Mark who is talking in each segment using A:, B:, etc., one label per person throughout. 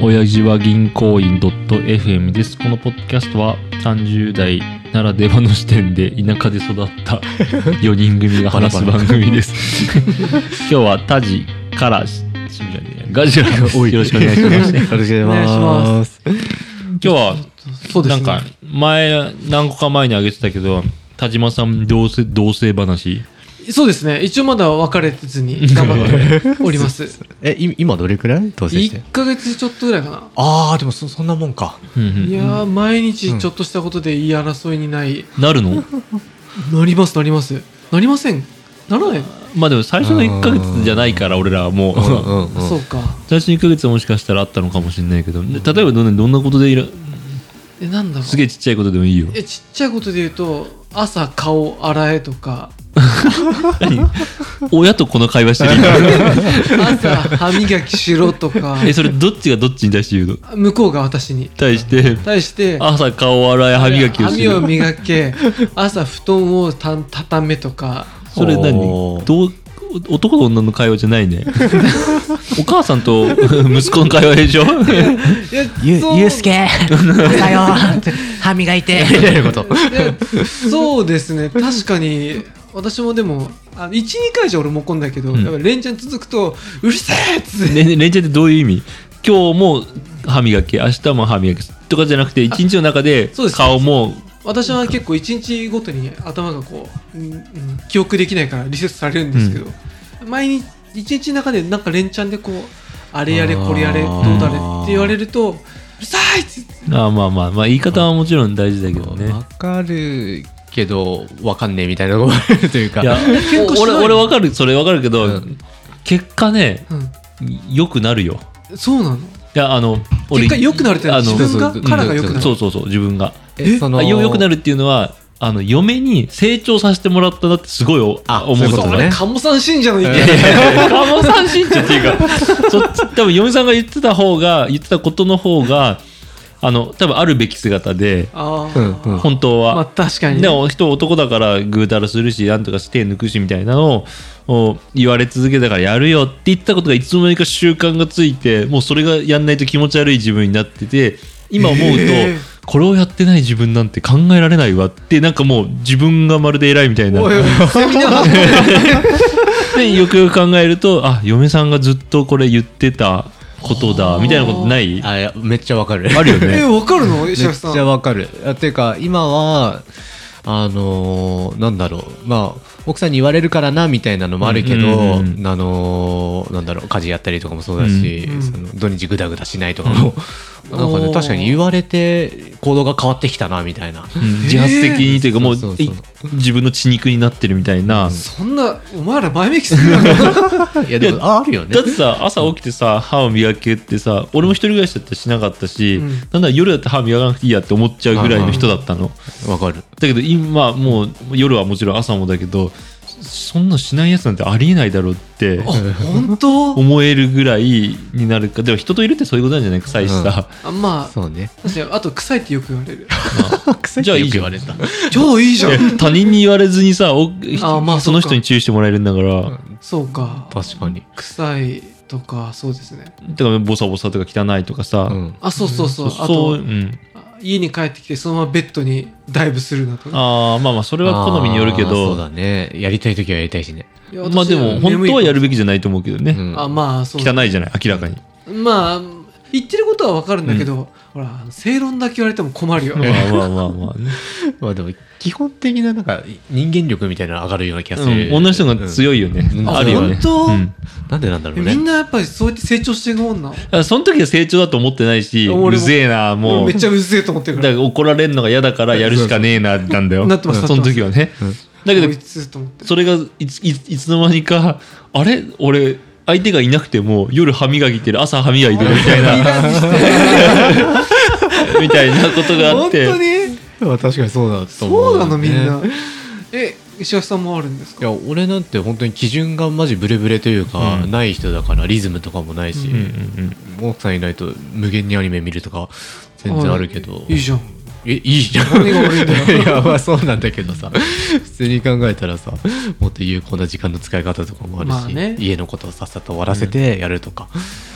A: 親父は銀行員 .fm です。このポッドキャストは30代ならではの視点で田舎で育 った4人組が話す
B: バラバ
A: 番
B: ラ
A: 組です。 今日はタジからししみじゃねえやガジラが多い。よろしくお願いし
B: よろ
A: ます。
B: しくお願いします。
A: 今日は
B: そうで
A: な
B: す
A: ん
B: ね。
A: か前何個か前にあげてたけど田島さん同棲同棲話
C: そうですね。一応まだ別れ ずに頑張っております。
B: え、い今どれくらい当選して
C: 1ヶ月ちょっとぐらいかな。
B: ああ、でもそそんなもんか。
A: うんう
C: い
A: ん
C: やー、毎日ちょっとしたことで言い争いにない。
A: なる の
C: なります、なります。なりません。ならない。
A: まあでも最初の1ヶ月じゃないから俺らはもう
B: うんうん。
C: そうか。
A: 最初の1ヶ月はもしかしたらあったのかもしれないけどで例えばどんなどんなことでいら
C: え、なんだろう。
A: すげえちっちゃいことでもいいよ
C: え、ちっちゃいことで言うと、朝顔洗えとか、
A: 何親とこの会話してる、
C: 朝歯磨きしろとか
A: えそれどっちがどっちに対して言うの
C: 向こうが私に。
A: 対して
C: 対して、
A: 朝顔洗い歯磨きをす
C: 髪を
A: る
C: 磨け、朝布団をた 畳めとか、
A: それ何
B: おー
A: どう男と女の会話じゃ ないねお母さんと息子の会話で しょ
C: いや
B: ゆ
C: そう
B: ゆうすけ、おはよう、歯磨いて、みたいなこと。
C: いやそうですね確かに私もでも12回じゃ俺もこんだけど、
A: うん
C: やっぱ連チャン続くとうるせえっつって、
A: ねね連チャンってどういう意味今日も歯磨き明日も歯磨きとかじゃなくて一日の中で
C: そうです
A: 顔も
C: 私は結構1日ごとに頭がこう、うんうん記憶できないからリセットされるんですけど、毎日1日の中でなんか連チャンでこうあれやれ
B: あー
C: これやれどうだれって言われるとうるさいっつって
A: ああまあまあまあ言い方はもちろん大事だけどね
B: わかるけど、わかんねえみたいなところがあるというか。
A: いや
C: 喧嘩しない
A: 俺俺わかるそれわかるけど、
B: うん
A: 結果ね
C: う
A: 良くなるよ
C: ん、そうなの
A: いやあの俺
C: 結果良くなるってのは
A: あの
C: 自分が
B: そうそう
C: カラーが良くなる
A: そうそうそう自分が
B: えそ
A: あよ良くなるっていうのはあの嫁に成長させてもらったなってすごいお
B: あ
A: 思う
B: そういうこと
A: と
B: ね
C: カモさん信者の意見、
A: 鴨さん信者っていうか、 そっち、多分嫁さんが言ってた方が、言ってたことの方が、あの、多分あるべき姿で、
C: ああ、
B: うんうん
A: 本当
C: まあ
A: は。
C: 確かにね
A: でも人男だからぐうたらするし、なんとかして抜くしみたいなのをを言われ続けたからやるよって言ったことがいつの間にか習慣がついて、もうそれがやんないと気持ち悪い自分になってて、今思うと、
C: えー
A: これをやってない自分なんて考えられないわって、なんかもう自分がまるで偉いみたいな。
C: おいおいセミナー
A: でよくよく考えるとあ嫁さんがずっとこれ言ってたことだみたいなことないあ
B: あいやめっちゃわかる。
A: るよ
C: え、
A: ね
C: わかるの
B: めっ
C: 石
B: ち
C: 橋さん。
B: ゃわかる。あていうか、今は、あのーなんだろう、まあ、奥さんに言われるからな、みたいなのもあるけど、
A: うんうんうん
B: あのーなんだろう、家事やったりとかもそうだし、
C: うん
B: その土日ぐだぐだしないとかも、 なんか
C: お
B: ね、
C: ー
B: 確かに言われて、行動が変わってきたな、みたい な。
A: うん自発的にというかもう
B: そうそう
A: い自分の血肉になってるみたいな
C: そんな、お前ら前向きすぎるな。
B: いや、でも、ああるよね
A: だっ。てさ朝起きてさ歯を磨けってさ俺も一人暮らしだったらしなかったし、
C: うん
A: なんだ夜だって歯磨かなくていいやって思っちゃうぐらいの人だったの、
B: わかる。
A: だけど今もう夜はもちろん朝もだけどそんなしないやつなんてありえないだろうって
C: あ本当
A: 思えるぐらいになるかでも人といるってそういうことなんじゃない臭いしさ、
C: あまあ、
B: そうね。
C: 確かに、あと臭いってよく言われる。
B: 臭
A: じゃあいいじゃん
B: れた。
C: 超いいじゃん。
A: いや他人に言われずにさお
C: あーまあ
A: その人に注意してもらえるんだから、
C: そうか。
B: 確かに。
C: 臭いとか、そうですね。
A: だからボサボサとか汚いとかさ、
B: うん。
C: あ、そうそうそう。あ
A: そうう
C: と、
A: ん、
C: あ家に帰ってきて、そのままベッドにダイブするなとか。
A: あーまあまあそれは好みによるけ
B: あーそう
A: ど
B: だね。やりたい時はやりたいしね。
C: いや私
A: まあでも本当はやるべきじゃないと思うけどね、
B: うん
C: あ、まあ、そう。
A: 汚いじゃない明らかに、
C: まあ、言ってることはわかるんだけど、ほら、正論だけ言われても困るよ。
A: まあまあまあ まあね、
B: まあでも、基本的な、なんか、人間力みたいなの上がるような気がする。
A: うん、女の人が強いよね、
B: うん
A: あるよね
C: あ本当
A: うん
B: なんでなんだろう
C: み
B: ね
C: ん。なやっぱりそうやって成長していくもんな。
A: だからその時は成長だと思ってないし
C: 俺も
A: うぜえなもう
C: めっちゃうるせえと思ってる
A: だか
C: か
A: ら怒られるのが嫌だからやるしかねえななんだよ
C: なってます
A: その時はね、
B: うん
A: だけ
C: ら。
A: ど
C: こいつと思って。
A: それがいついついつの間にかあれ俺相手がいなくても夜歯磨きてる朝歯磨いてるみたいな みたいなことがあっ
C: 本
A: て
C: 当に
B: 確かにそうだと
C: そうなのみんな
B: ね。
C: え、石橋さんもあるんで
B: い
C: すか
B: や、俺なんて本当に基準がマジブレブレというか、
A: うん
B: ない人だから、リズムとかもないし、
A: うんうん
B: 奥さんいないと無限にアニメ見るとか、全然あるけど。
C: いいじゃん。
B: え、いいじゃん。
C: 何が悪いんだ よ
B: いや、まあそうなんだけどさ、普通に考えたらさ、もっと有効な時間の使い方とかもあるし、
C: まあね
B: 家のことをさっさと終わらせてやるとか。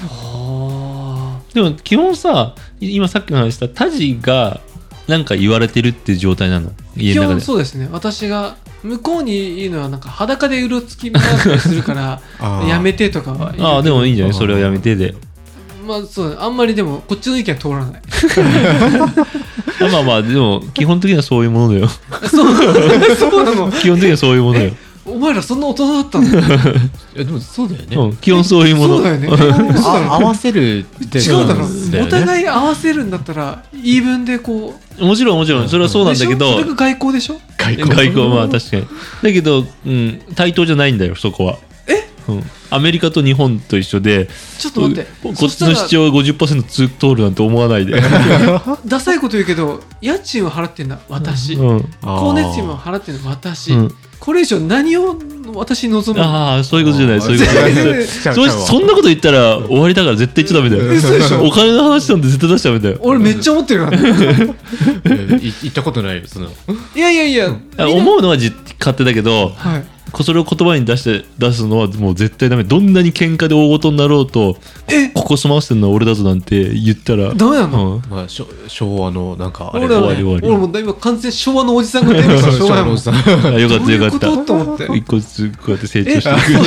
C: あ
A: でも基本さい今さっきの話したタジがなんか言われてるっていう状態なの家
C: 基
A: の中
C: 本
A: で
C: そうですね私が向こうにいるのはなんか裸でうろつき回ったりするから
B: あー
C: やめてとかは言うけど
A: ああでもいいんじゃないそれをやめてで
C: まあそうあんまりでもこっちの意見は通らない
A: あまあまあでも基本的にはそういうも のだよ
C: そう そうなの
A: 基本的にはそういうものよ、
C: お前らそんな大人だったの
B: いやでもそうだよね、
A: うん、基本そういうもの
C: そうだよね
B: あ合わせるって
C: 違うだ
B: そうな
C: ろ、
B: ん
C: お
B: よね
C: 互い合わせるんだったら言い分でこう
A: もちろんもちろんそれはそうなんだけ
C: でしょ
A: ど
C: それが外交でしょ
B: 外
A: 外交は確かにだけど、うん、対等じゃないんだよそこは
C: え
A: うん、アメリカと日本と一緒で
C: ちょっと待って
A: ここ
C: そ
A: っ
C: し
A: ち
C: たら
A: の主張が50%通通るなんて思わ ないで、
C: ダサいこと言うけど家賃を払ってんだ私
A: うん
C: 光熱費も払ってんだ私
A: うん
C: これ以上何を私に望むの
A: ああそういうことじゃないそういうことじゃ ない
C: 全然
A: そうそんなこと言ったら終わりだから絶対言っちゃダメだよ
C: 嘘でしょ
A: お金の話なんて絶対出しちゃダメだよ
C: 俺めっちゃ思ってるからね
B: うんい行ったことないよその
C: いやいやいや
A: あ思うのはじ勝手だけど
C: はい
A: こそれを言葉に出して出すのはもう絶対ダメどんなに喧嘩で大事になろうと
C: え
A: ここ済ませてるのは俺だぞなんて言ったら
C: ダメなの
A: うん
B: まあしょ昭和のなんかあれ
C: 俺
A: 終
B: が
C: らは
A: わり
C: ね
A: 終わり
C: 俺もう今完全に昭和のおじさんが出てきた
B: 昭
C: 昭
B: 和
C: 和の
B: の
C: お
B: お
C: じ
B: じ
C: さ
B: さ
C: ん
B: ん
A: あよかったよか
C: どういう
A: っ
C: ことと思って
A: た一個ずつこうやって成長
C: え
A: して
C: そう
A: いく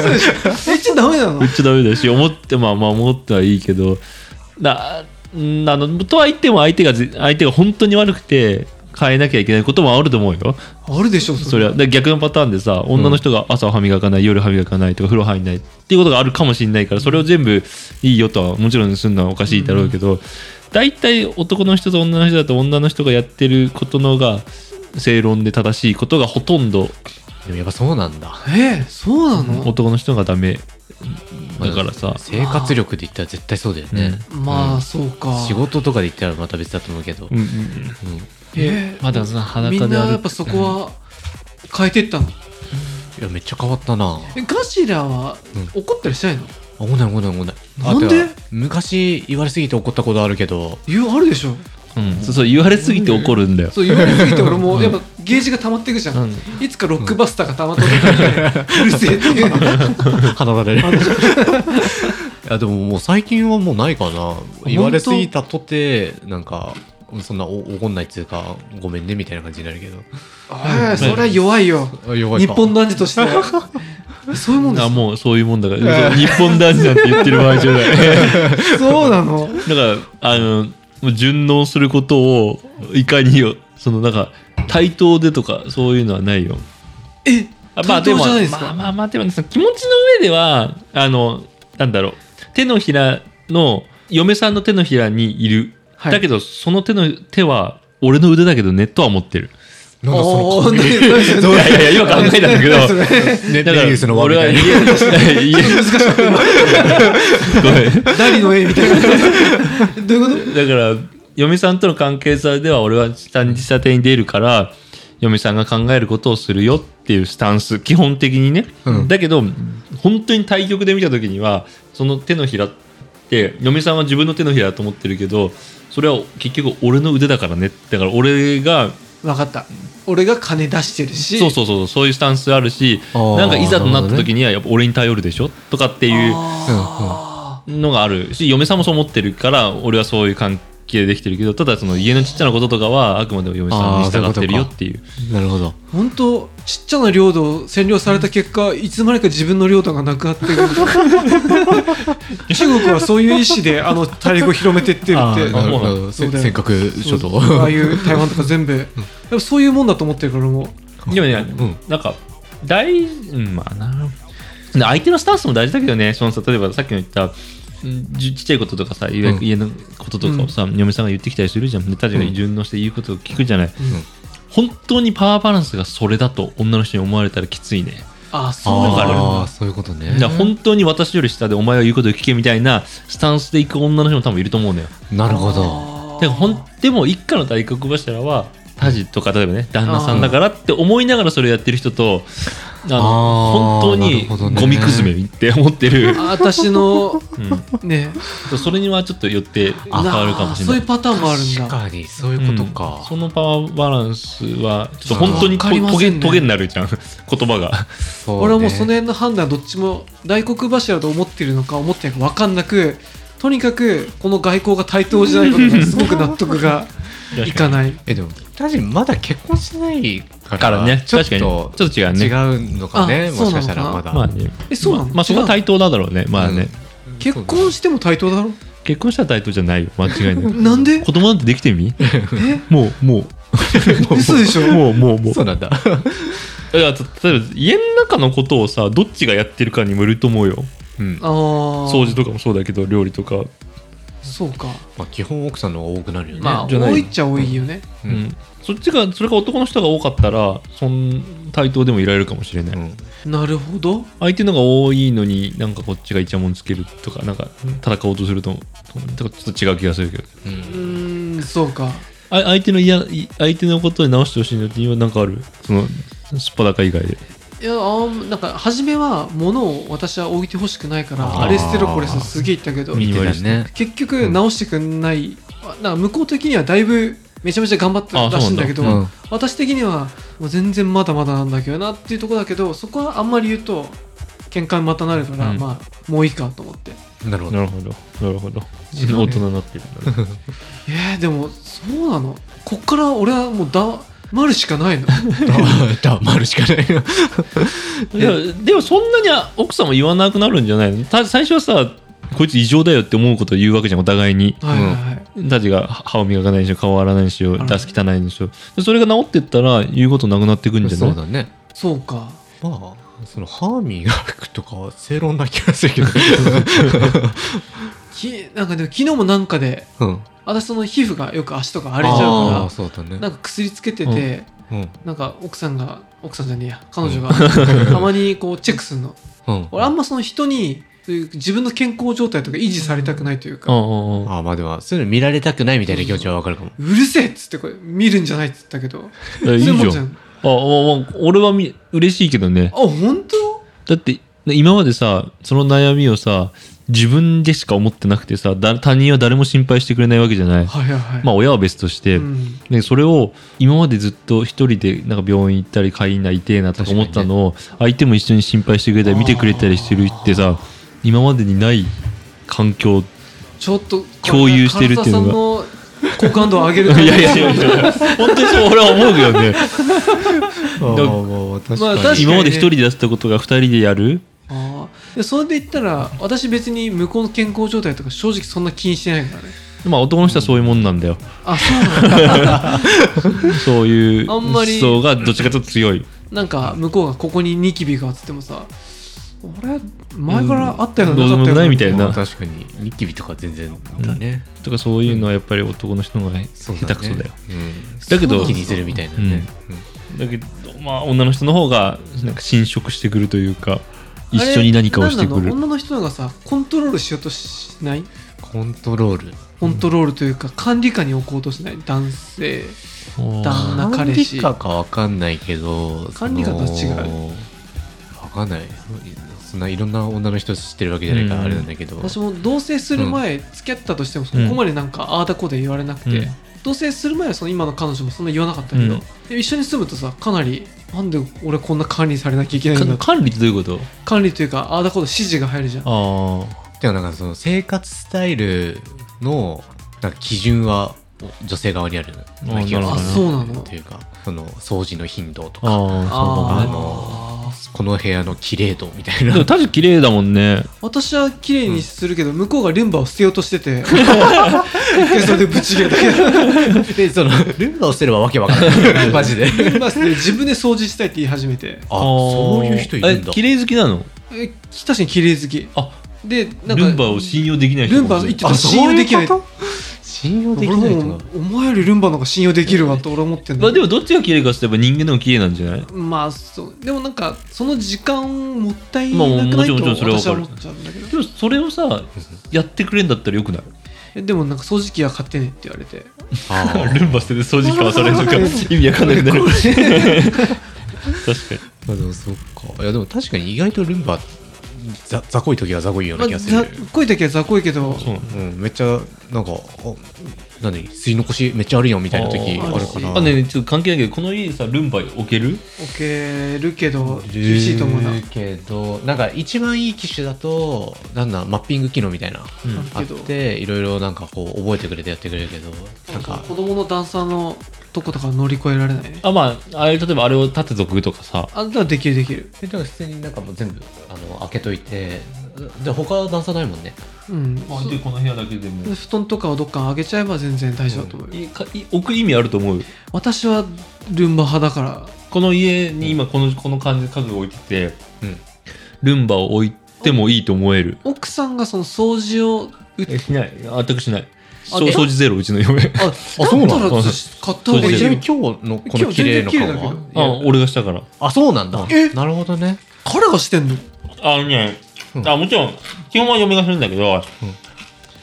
C: 嘘でしょえちょっとダメなの
A: 言っちゃダメだし思ってまあまあ思ってはいいけどななのとは言っても相手がぜ相手が本当に悪くて変えなきゃいけないこともあると思うよ
C: あるでしょ
A: それはで逆のパターンでさ女の人が朝歯磨かない夜歯磨かないとか風呂入んないっていうことがあるかもしれないからそれを全部いいよとはもちろんするのはおかしいだろうけど大体男の人と女の人だと女の人がやってることのが正論で正しいことがほとんど
B: でもやっぱそうなんだ
C: えそうなの
A: 男の人がダメだからさ
B: 生活力で言ったら絶対そうだよね、
C: まあそうか
B: 仕事とかで言ったらまた別だと思うけど、
A: うんうん
B: うん
C: え
A: まだその裸
C: み
A: で
C: んな
A: あ
C: やっ
A: る
C: ぱそこは変えてったの
B: いやめっちゃ変わったな
C: えガシラは
B: う
C: 怒ったりしないの
B: あごめんごめんごめんあ
C: なんで
B: てか昔言われすぎて怒ったことあるけど
C: 言うあるでしょ
A: うんそうそう言われすぎて怒るんだよ
C: そう言われすぎて俺もやっぱゲージが溜まっていくじゃん、
A: うん
C: いつかロックバスターが溜まってく るうるせえっていう
B: 離れるいやでももう最近はもうないかな言われすぎたとてなんかそんなお怒んないっつうかごめんねみたいな感じになるけど
C: ああそれは弱いよ
B: あ弱い
C: 日
B: か
C: 本の味と してはそういうもんで
A: あもうそういうもんだからそう日本男子なんて言ってる場合じゃない
C: すそうなの
A: だからあのもう順応することをいかによそのなんか対等でとかそういうのはないよ
C: え
A: あ
C: 対等じゃないですか、
A: まあまあまあでもねその気持ちの上ではあのなんだろう手のひらの嫁さんの手のひらにいる、
C: はい
A: だけどその手の手は俺の腕だけどねとは思ってる
B: なんだ
C: お
B: そ
C: ー
B: の
C: 何何それ
A: いやいやいや今考えたんだけど
C: 何それ
B: ね
A: だから
B: レギウスの輪
A: 俺
B: み
A: は
B: たい
A: 家
B: な
A: でし家
C: 難しかった今
A: ごめん
C: ダリの絵みたい などういうこ
A: だから嫁さんとの関係性では俺は下に下手に出るから嫁さんが考えることをするよっていうスタンス基本的にね、
B: うん
A: だけど本当に対局で見た時にはその手のひらって嫁さんは自分の手のひらだと思ってるけどそれは結局俺の腕だからねだから俺が
C: と分かった俺が金出してるし
A: そうそうそうそういうスタンスあるし
B: あー
A: なんかいざとなった時にはやっぱ俺に頼るでしょとかっていう
C: あ
A: のがあるし嫁さんもそう思ってるから俺はそういう関係できてるけどただその家のちっちゃなこととかはあくまでも嫁さんに従ってるよっていう
B: なるほど
C: ー本当ちっちゃな領土を占領された結果いつの間にか自分の領土がなくなってる中国はそういう意思であの大陸を広めてってる
B: あ
C: って
B: ーなるほど
C: そ
B: せ
C: うだよ
B: 尖閣諸島
C: ああいう台湾とか全部やっぱそういうもんだと思ってるからもう
A: でもね、
B: うん
A: なんか大うんまあなで相手のスタンスも大事だけどねそのさ例えばさっきの言ったうんじちっちゃいこととかさ家
B: うん
A: 家のこととかをさ、嫁さんが言ってきたりするじゃんで確かに順応して言うことを聞くじゃない、本当にパワーバランスがそれだと女の人に思われたらきついね
C: ああそうだから
B: ああそういうことね
A: だから本当に私より下でお前は言うことを聞けみたいなスタンスで行く女の人も多分いると思うのよ
B: なるほど
C: あ
A: でほんでも一家の大黒柱は家事とか例えばね旦那さんだからって思いながらそれをやってる人とあの本
B: あー
A: 当
B: なる
A: に
B: ほどね
A: ゴミくずめって思ってる、
C: あ私の
A: う
C: ね
A: ん、それにはちょっとよって変わるかもしれ
C: そう
A: ない
C: いうパターンもあるん
B: 確
C: だ
B: かにそういうことか
A: うん、そのパワーバランスはちょっと本当に
C: わかりま
A: と
C: せんね
A: トゲになるじゃん 言葉が
B: そうね
C: 俺はもうその辺の判断どっちも大黒柱と思ってるのか思ってないか分かんなくとにかくこの外交が対等じゃないことがすごく納得がいかない
B: えでも確かにまだ結婚してないから
A: からね
B: ちょっと
A: 確かにちょっと違うね
B: 違うのかね
C: あ
B: もしかしたら
C: そう
B: まだ、
C: なの
A: まあね
C: えそうなの
A: まあまあそこは対等なんだろうねまあね、
B: うん
C: 結婚しても対等だろ
A: 結婚したら対等じゃないよ間違いなく
C: なんで
A: 子供なんてできてみもうもう
C: 嘘でしょ
A: もうもうもう
B: そうなんだ
A: いや例えば家の中のことをさどっちがやってるかにもよると思うよ
B: うん
C: ああ
A: 掃除とかもそうだけど料理とか、
C: そうか
B: まあ基本奥さんの方が多くなるよね
C: まあ
A: じゃない
C: 多いっちゃ多いよね
B: う
A: うんんそっちがそれが男の人が多かったらそん対等でもいられるかもしれない、
B: うん
C: なるほど
A: 相手のが多いのになんかこっちがイチャモンつけるとかなんか戦おうとするととかちょっと違う気がするけど
B: う
C: うんーんそうか
A: あ相手の嫌い相手のことに直してほしいのって今なんかあるそのすっぱだか以外で
C: いやあーなんか初めは物を私は置いてほしくないから
B: あ
C: あ
B: ー
C: れ捨てろこれ捨てろすげえ言ったけど
A: ミニ
B: 見てたね
C: 結局直してくんない、あなんか向こう的にはだいぶめちゃめちゃ頑張ってるらしいんだけど
B: あそうなんだ
C: 私的にはもう全然まだまだなんだけどなっていうところだけどそこはあんまり言うと喧嘩にまたなるから、
A: うん
C: まあもういいかと思って
B: なるほど
A: なるほどなるほど
C: 違うね
A: 大人になってるんだ ね
C: えー、でもそうなのこっから俺はもうだまるしかないの
B: 黙るしかないな
A: でもでもそんなにあ奥さんも言わなくなるんじゃないのた最初はさこいつ異常だよって思うことを言うわけじゃんお互いに
C: はいはいはい、
A: たちが歯を磨かないにしろ顔洗わないにしろ
C: ん
A: 出す汚いにしろでそれが治ってったら言うことなくなってくんじゃ
B: そう
A: ない
B: だね
C: そうか
B: まあその歯磨くとかは正論な気がするけど
C: きなんかでも昨日もなんかで
B: うん
C: 私その皮膚がよく足とか荒
B: あ
C: れちゃ
B: あー
C: うか
B: そうだね
C: らなんか薬つけてて、
B: うん
C: なんか奥さんが奥さんじゃねえや彼女が たまにこうチェックするの
B: うん
C: 俺あんまその人にそういう自分の健康状態とか維持されたくないという
A: う
C: か、
A: んうんうん
B: あーまあでもそういうの見られたくないみたいな気持ちはわかるかも
C: うるせえっつってこれ見るんじゃないっつったけど
A: えいいじゃ
C: そううも
A: んあああ俺はみ嬉しいけどね
C: あ本当
A: だって今までさその悩みをさ自分でしか思ってなくてさだ他人は誰も心配してくれないわけじゃない、
C: はいはいはい
A: まあ親は別として、
C: うん
A: でそれを今までずっと一人でなんか病院行ったり会員内痛えなとか思ったのを、相手も一緒に心配してくれたり見てくれたりしてるってさ今までにない環境
C: ちょっと
A: 共有してるっていうのが
C: 唐沢さんの好感度を上げ
A: い
C: るため
A: や
C: に
A: いやいやいや本当にそう俺は思うけどね
B: ああ確
C: まあ確かに
A: 今まで一人でやってたことが二人でやる
C: あーでそれで言ったら私別に向こうの健康状態とか正直そんな気にしてないからね
A: まあ男の人はそういうもんなんだよ
C: あそうなんだ
A: そういう
C: あんま
A: 思
C: り
A: 想がどっちかというと強い
C: なんか向こうがここにニキビがつってもさ俺前からあったよう
A: う
C: なんなか
A: どう
C: ったよう
A: でもないみたいな
B: まあ確かにニキビとか全然だね、
A: とかそういうのはやっぱり男の人の方が
B: そ
A: 下
B: う
A: 手くそだよ
B: うん
A: だけど
B: 気にするみたいなね、
A: だけどまあ女の人の方がなんか侵食してくるというか一緒に何かをして
C: あ
A: く
C: れなん
A: る
C: なの女の人のがさコントロールしようとしない
B: コントロール
C: コントロールというか管理下に置こうとしない男性旦那
B: 管
C: 彼
B: 理
C: 氏
B: 下かわかんないけど
C: 管理下とは違う
B: うわかんないそんないろんな女の人知ってるわけじゃないから
A: うん
B: あれなんだけど、
C: 私も同棲する前、付き合ったとしてもそこまでなんかああだこうで言われなくて、
A: うん
C: 同棲する前はその今の彼女もそんな言わなかったけど、
A: うん
C: で一緒に住むとさかなりなんで俺こんな管理されなきゃいけないんだ
A: か
C: って
A: 管理ってどういうこと
C: 管理というかああだこうで指示が入るじゃん
A: あ
B: でもなんかその生活スタイルのなんか基準は女性側にあるような気が
A: あ
B: する
C: そうなの
B: っていうかその掃除の頻度と
A: あああ
B: かあ
A: そう
B: ー
A: だね
C: あー
B: この部屋の綺麗度みたい
A: で
B: な
A: も確か綺麗だもんね
C: 私は綺麗にするけど、向こうがルンバを捨てようとして て一回それでぶち切れたけど
B: でそのルンバを捨てればわけわかんないマジで
C: ルンバ捨てて自分で掃除したいって言い始めて
B: あそういう人いるんだ
A: え綺麗好きなの
C: え確かに綺麗好き
A: あ
C: でなんか
A: ルンバを信用できない人
C: ルンバ言ってた信用できない
B: あそううこと信用でき
C: 俺
B: ない人
C: も
B: が
C: お前よりルンバの方が信用できるわと俺は思ってんだ
A: まあでもどっちが綺麗かって言えば人間の方が綺麗なんじゃない
C: まあそうでもなんかその時間もったいな
A: まあ
C: く
A: も
C: ない
A: ちろん
C: と
A: もちろんそれは
C: 私は
A: わかる
C: 思っちゃうんだけど
A: でもそれをさやってくれんだったらよくない
C: えでもなんか掃除機は買ってねって言われて
B: あー
A: ルンバ捨てて掃除機かわされるとか 意味わかんなくなる確 かに
B: まあでもそっかいやでも確かに意外とルンバざざこい時はざこいような気がする、
C: まあざっこい時はざっこいけど
A: そうなの
B: うん、めっちゃなんか、あ何、吸い残しめっちゃあるやんみたいな時
A: ー
B: あるかな。
A: あねえねえちょっと関係ないけどこの家にさルンバ置ける
C: 置けるけど厳しいと思うな
B: るけど、なんか一番いい機種だと、なんだ、マッピング機能みたいな。
A: うん
B: あ
C: あ
B: っ
C: るけど
B: ていろいろなんかこう覚えてくれてやってくれるけどなんか
C: 子供の段差のとことか乗り越えられないね
A: あまああれ例えばあれを立てとくとかさ
C: あだからできるできる
B: えでも普通になんかもう全部あの開けといてで他は段差ないもんね
C: うん
A: でこの部屋だけでも
C: 布団とかをどっか上げちゃえば全然大丈夫だと思うよ、
A: いかい置く意味あると思う
C: 私はルンバ派だから
A: この家に今このこの感じで家具を置いてて、
B: うん
A: ルンバを置いてもいいと思える
C: 奥さんがその掃除をう
A: えしない全くしない
C: あ
A: そう
C: え
A: 掃除ゼロうちの嫁
C: あだ
B: そうなの
C: ったら私買った方
A: そ
C: が
A: う
C: い
A: で
C: い
A: す
B: ちな
A: よ
B: み
C: よ
B: に今日のこ
C: 今
B: の
C: 日
B: 綺麗な
C: 全然綺
B: 感
C: 麗だけど
B: は
A: あ俺がしたから
B: あそうなんだ
C: え
B: なるほどね
C: 彼がしてんの
A: あのね、
B: うん
A: あもちろん基本は嫁がするんだけど、
B: うん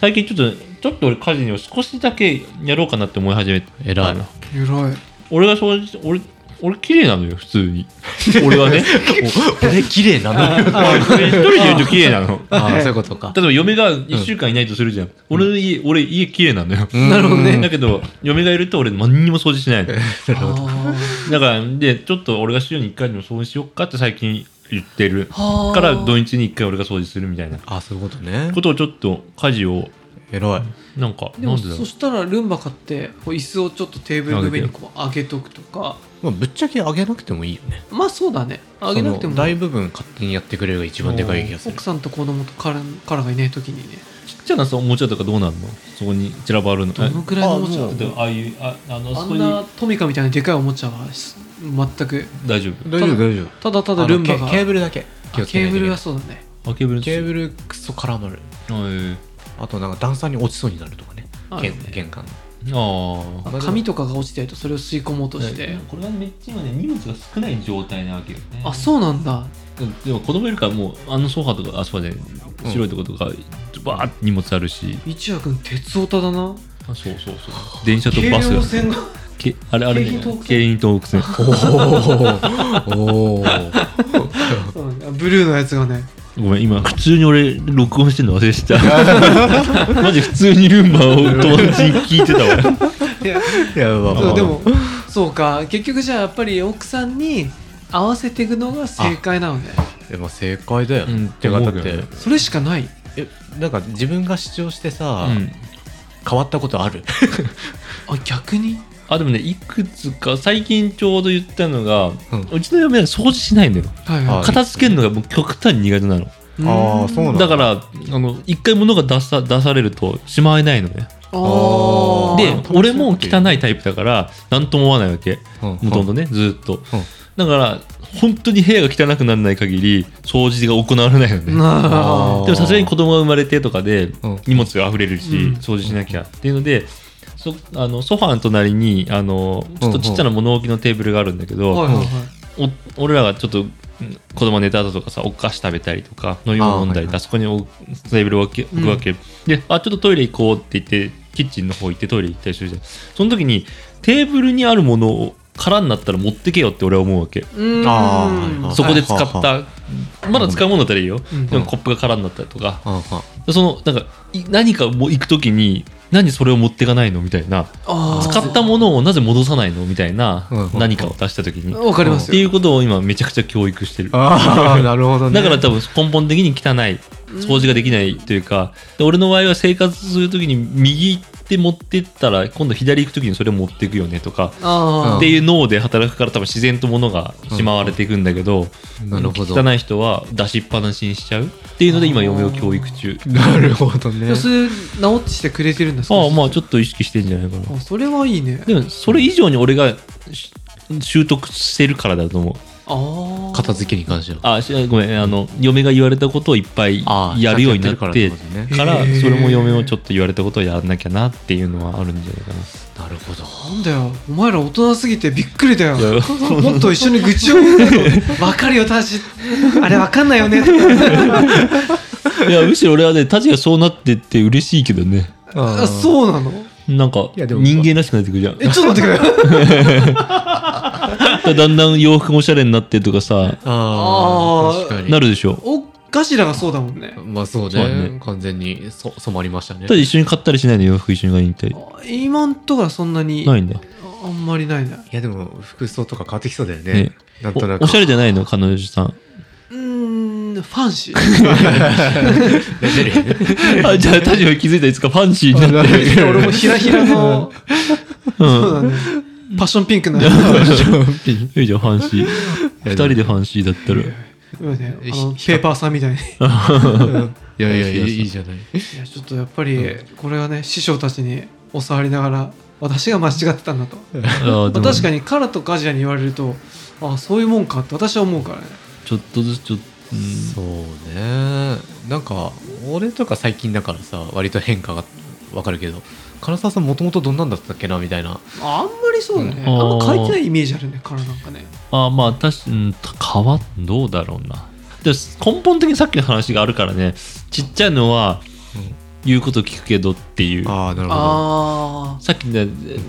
A: 最近ちょっとちょっと俺家事を少しだけやろうかなって思い始めて
B: 偉い
C: 偉い
A: 俺が掃除して俺俺綺麗なのよ普通に俺 はね
B: お俺綺麗なの
A: 俺一人でいると綺麗なの
B: あそういうことか
A: 例えば嫁が1週間いないとするじゃん、俺の家俺家綺麗なのよ、
B: なるほど
A: だけど嫁がいると俺何にも掃除しないの
C: あ
A: だからでちょっと俺が週に1回でも掃除しよっかって最近言ってる
C: ー
A: から土日に1回俺が掃除するみたいな
B: あそういうことね
A: ことをちょっと家事を
B: 偉い
A: なんか
C: で
A: なん
C: も
A: でだろ
C: そうしたらルンバ買ってこう椅子をちょっとテーブルの上にこう上げとくとか
B: まあぶっちゃけ上げなくてもいいよね
C: まあそうだね上げなくて
B: その
C: も
B: 大部分勝手にやってくれるが一番でかい気がする
C: 奥さんと子供とカラカラがいない時にね
A: ちっちゃなさおもちゃとかどうなんのそこに散らばるの
C: どのくらいのおもち
B: あも
C: ゃ
A: えああいうああの
C: あんなトミカみたいなでかいおもちゃはし全く
A: 大丈
B: 大丈夫大丈夫
C: ただただルンバ
B: あの
C: が
B: ケケーブルだけ
C: あケーブルはそうだね
A: 夫あケーブル
B: ケーブルクソ絡まる
A: はい
B: あとなんか段差に落ちそうになるとかね
C: あ
B: 玄
C: るね
B: 玄関
A: ああ
B: まあ
C: 紙とかが落ちてるとそれを吸い込もうとして
A: これはめっちゃ今ね荷物が少ない状態なわけよね
C: あそうなんだ
A: うんでも子供いるからもうあのソファとかあソファで白いとことかバーって荷物あるし、
C: 一夜君鉄オタだな
A: あそうそうそう電車とバス
C: 京王線が
A: けあれあれね
C: 京浜東北線
A: 京浜東北線
B: おーおー
C: そうなんだブルーのやつがね
A: ごめん今普通に俺録音してんの忘れてた マジ普通にルンバを友達に聞いてたわ
C: いや
B: いやまあまあ
C: そ
B: まあ
C: うでもそうか結局じゃあやっぱり奥さんに合わせていくのが正解なのね
B: でも正解だよ、
A: うん
B: てかだっ
A: 思
B: て、
A: うけどね
C: それしかない
B: えなんか自分が主張してさ、
A: うん
B: 変わったことある
C: あ逆に
A: あでもねいくつか最近ちょうど言ったのが、
B: う
A: うんちの嫁は掃除しないんだよ
C: はい
B: あ
C: は
A: 片付けるのがもう極端に苦手なの
C: いうん
B: あーそうなの
A: だからあの一回物が出さ出されるとしまえないのねで
C: あー
B: 楽しい
A: 俺も汚いタイプだから何とも思わないわけ
B: うん
A: ほとんどねずーっと
B: うん
A: だから本当に部屋が汚くならない限り掃除が行われないのね
C: な
B: あ
C: あ
A: でもさすがに子供が生まれてとかで
B: うん
A: 荷物が溢れるし、
C: うん
A: 掃除しなきゃっていうのでそあのソファーの隣にあのちょっとちっちゃな物置のテーブルがあるんだけど、
C: はいはいはい
A: お俺らがちょっとうん子供寝た後とかさお菓子食べたりとか飲み物飲んだり
B: あーはい
A: と
B: は
A: かそこに置くテーブルを置く置くわけ、であちょっとトイレ行こうって言ってキッチンの方行ってトイレ行ったりするじゃんその時にテーブルにあるものを空になったら持ってけよって俺は思うわけ
C: うーん
B: あーはいはい
A: そこで使っ
B: はは
A: たまだ使うものだったらいいよ、
C: うん
A: でもコップが空になったりとか、
B: うんうん
A: そのなんかい何かもう行く時に何それを持っていかないのみたいな
C: あー
A: 使ったものをなぜ戻さないのみたいな
B: うんうん
A: 何かを出した時にっ
C: わかります
A: て
C: よ
A: いうことを今めちゃくちゃ教育してるだか
B: ああなるほどね
A: ら多分根本的に汚い掃除ができないというかで俺の場合は生活する時に右行って持ってったら今度左行く時にそれを持っていくよねとか
C: あ
A: っ
C: あ
A: ていう脳で働くから多分自然と物がしまわれていくんだけど
B: なるほど
A: 汚い人は出しっぱなしにしちゃうっていうので今嫁を教育中
B: なるほどね
C: それ直してくれてるんですか
A: ああまあちょっと意識してんじゃないかな
C: あそれはいいね
A: でもそれ以上に俺がし習得してるからだと思う
C: ああ
B: 片付けに関しては
A: あしごめんあの嫁が言われたことをいっぱい
B: あー
A: やるようになって
B: や
A: か
B: ってるからってことね
C: え
A: ら
C: へー
A: それも嫁もちょっと言われたことをやんなきゃなっていうのはあるんじゃないか
B: なるほど
C: なんだよお前ら大人すぎてびっくりだよ
A: ないや
C: もっと一緒に愚痴を言う よわかるよタジあれわかんないよね
A: いやむしろ俺はねタジがそうなってって嬉しいけどね
C: あそうなの
A: なんか
B: いやでも
A: 人間らしくなってくるじゃん
C: えちょっと待 ってくれ
A: だんだん洋服もおしゃれになってとかさ
B: あー
C: あー
B: 確かに
A: なるでしょ
C: 奥ガジラがそうだもんね。
B: まあそうね
A: そうね
B: 完全にそ染まりましたね
A: ただ一緒に買ったりしないの洋服一緒に買いに行ったり
C: 今んとこはそんなに
A: ないんだ
C: ああんまりないね。
B: いやでも服装とか変わってきそうだよね
A: ね
B: なんとなく
A: おおしゃれじゃないの彼女 さん
C: うーん、ファンシー。
B: レベルね
A: あじゃあタジオ気づいたいつかファンシーになってる
C: 俺もひらひらの、そうだね。パッションピ ンクな。うん
A: いいじゃんファンシー二人でファンシーだったら
C: ねあのペーパーさんみたいに。い
B: いやいやいいいいじゃない
C: や、ちょっとやっぱり、これはね、師匠たちに教わりながら、私が間違ってたんだと。
A: あーで
C: まあ
A: も
C: 確かにカラとガジラに言われると、あそういうもんかって私は思うからね。
A: ちょっとずつちょっとうん
B: そうねなんか俺とか最近だからさ割と変化がわかるけど唐沢さんもともとどんなんだったっけなみたいな
C: あんまりそうだね。
A: うん
C: あんま変えてないイメージあるね、カラなんかね。
A: あーまあ確かに変わどうだろうなで根本的にさっきの話があるからねちっちゃいのは
B: うん
A: 言うこと聞くけどっていう
B: ああなるほど
C: あ
A: さっきの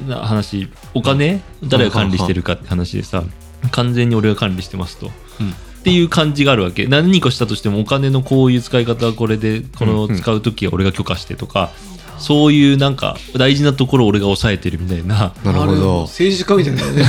A: な話お金誰が管理してるかって話でさ完全に俺が管理してますと
B: うん
A: っていう感じがあるわけ何かしたとしてもお金のこういう使い方はこれでこの
B: うんうん
A: 使う時は俺が許可してとかそういうなんか大事なところを俺が抑えてるみたいな
B: な
C: あ。
B: るほど
C: 政治家みたいなね。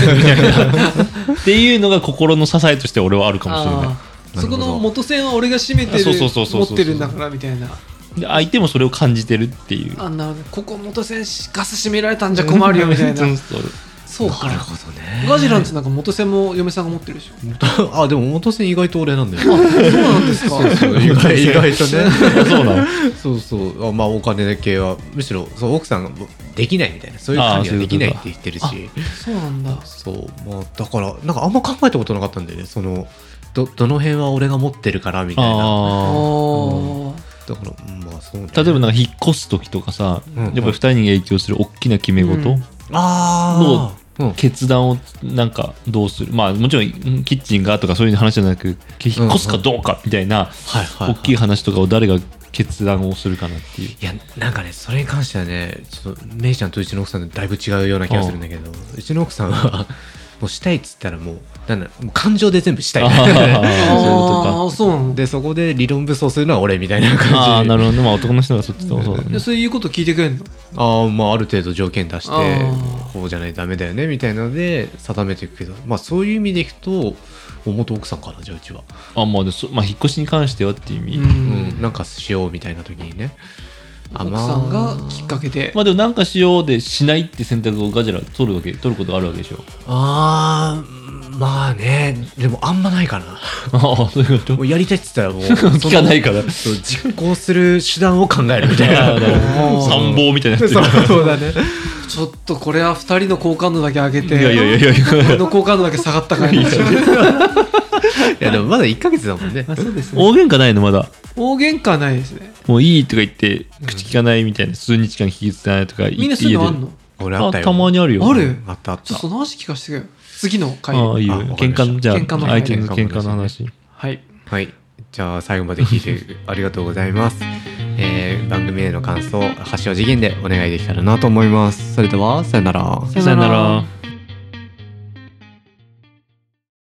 A: っていうのが心の支えとして俺はあるかもしれない
C: あーそこの元線は俺が占めてる
A: そうそうそうそうそう
C: 持ってるんだからみたいな
A: で相手もそれを感じてるっていう
C: あんなここ元線しガス閉められたんじゃ困るよみたい な
A: そうそう
C: そうか
B: なるほどね
C: ガジランってなんか元線も嫁さんが持ってるでしょ
B: あでも元栓意外と俺なんだよ
C: そうなんですか
B: 意外意外とね
A: あそうなの
B: そうそうあまあお金系はむしろそう奥さんができないみたいなそういう管理はできないって言ってる
C: あそうい
B: し
C: そうなんだ
B: そうまあだからなんかあんま考えたことなかったんだよねそのどどの辺は俺が持ってるからみたいな
C: あ
A: あ
C: ー
B: だからうんまあそうね
A: ー例えばなんか引っ越す時とかさ、
B: うん
A: やっぱり二人に影響する大きな決め事、
C: うん
B: ああうん
A: 決断をなんかどうするまあもちろんキッチンがとかそういう話じゃなく引っ越すかどうかみたいな
B: はいはい、は
A: 大
B: い、
A: きい話とかを誰が決断をするかな っていう
B: いやなんかねそれに関してはねちょっとメイちゃんとうちの奥さんとだいぶ違うような気がするんだけどうちの奥さんはもうしたいっつったらもうなんだろうもう感情で全部した
A: あ
B: い
C: あ
A: ーそういうことか
C: ーそうな の
B: でそこで理論武装するのは俺みたいな感じ
A: ああなるほどまあ男の人がそっちともそうだね
C: でそういうこと聞いてくれるの
B: あーまあある程度条件出して
C: あー
B: こうじゃないとダメだよねみたいなので定めていくけどまあそういう意味でいくとお元奥さんかなじゃあうちは、
A: あまあでそまあ引っ越しに関してはっていう意味、
B: うん、なんかしようみたいな時にねあ
C: 奥
B: まあ
C: さんがきっかけで
A: まあでもなんかしようでしないって選択をガジラ取るわけ取ることがあるわけでしょ
B: あーまあねでもあんまないかな
A: ああそういうこと
B: もうやりたいっつったらもう 聞
A: 聞かないから
B: そう実行する手段を考えるみたい
A: あー
B: な
A: なるほど
B: そう
A: 参謀みたいにな
B: そう
A: やつ
B: そうだね
C: ちょっとこれは2人の好感度だけ上げて
A: いやいやいやいや
C: 俺の好感度だけ下がったか ら
B: いやでもまだ1ヶ月だもんね
C: あそうですね
A: 大喧嘩ないのまだ
C: 大喧嘩はないですね
A: もういいとか言って口聞かないみたいな数日間聞きつけないとか言って
C: みんなそういうのあんの
B: 俺あ
A: あ
B: ったよ
A: たまにあるよ
C: ある
B: あったあっ
C: ち
B: た
C: ょっとその話聞かせてくれよ次の回
A: ああいいよ
B: あわかり
A: 喧
B: ました
A: 嘩のじゃあ
C: 喧嘩の
A: 相手の喧嘩の話
C: はい
B: はい。じゃあ最後まで聞いてありがとうございます。 えー番組への感想、発信次元でお願いできたらなと思います。それでは、さよなら。
A: さよなら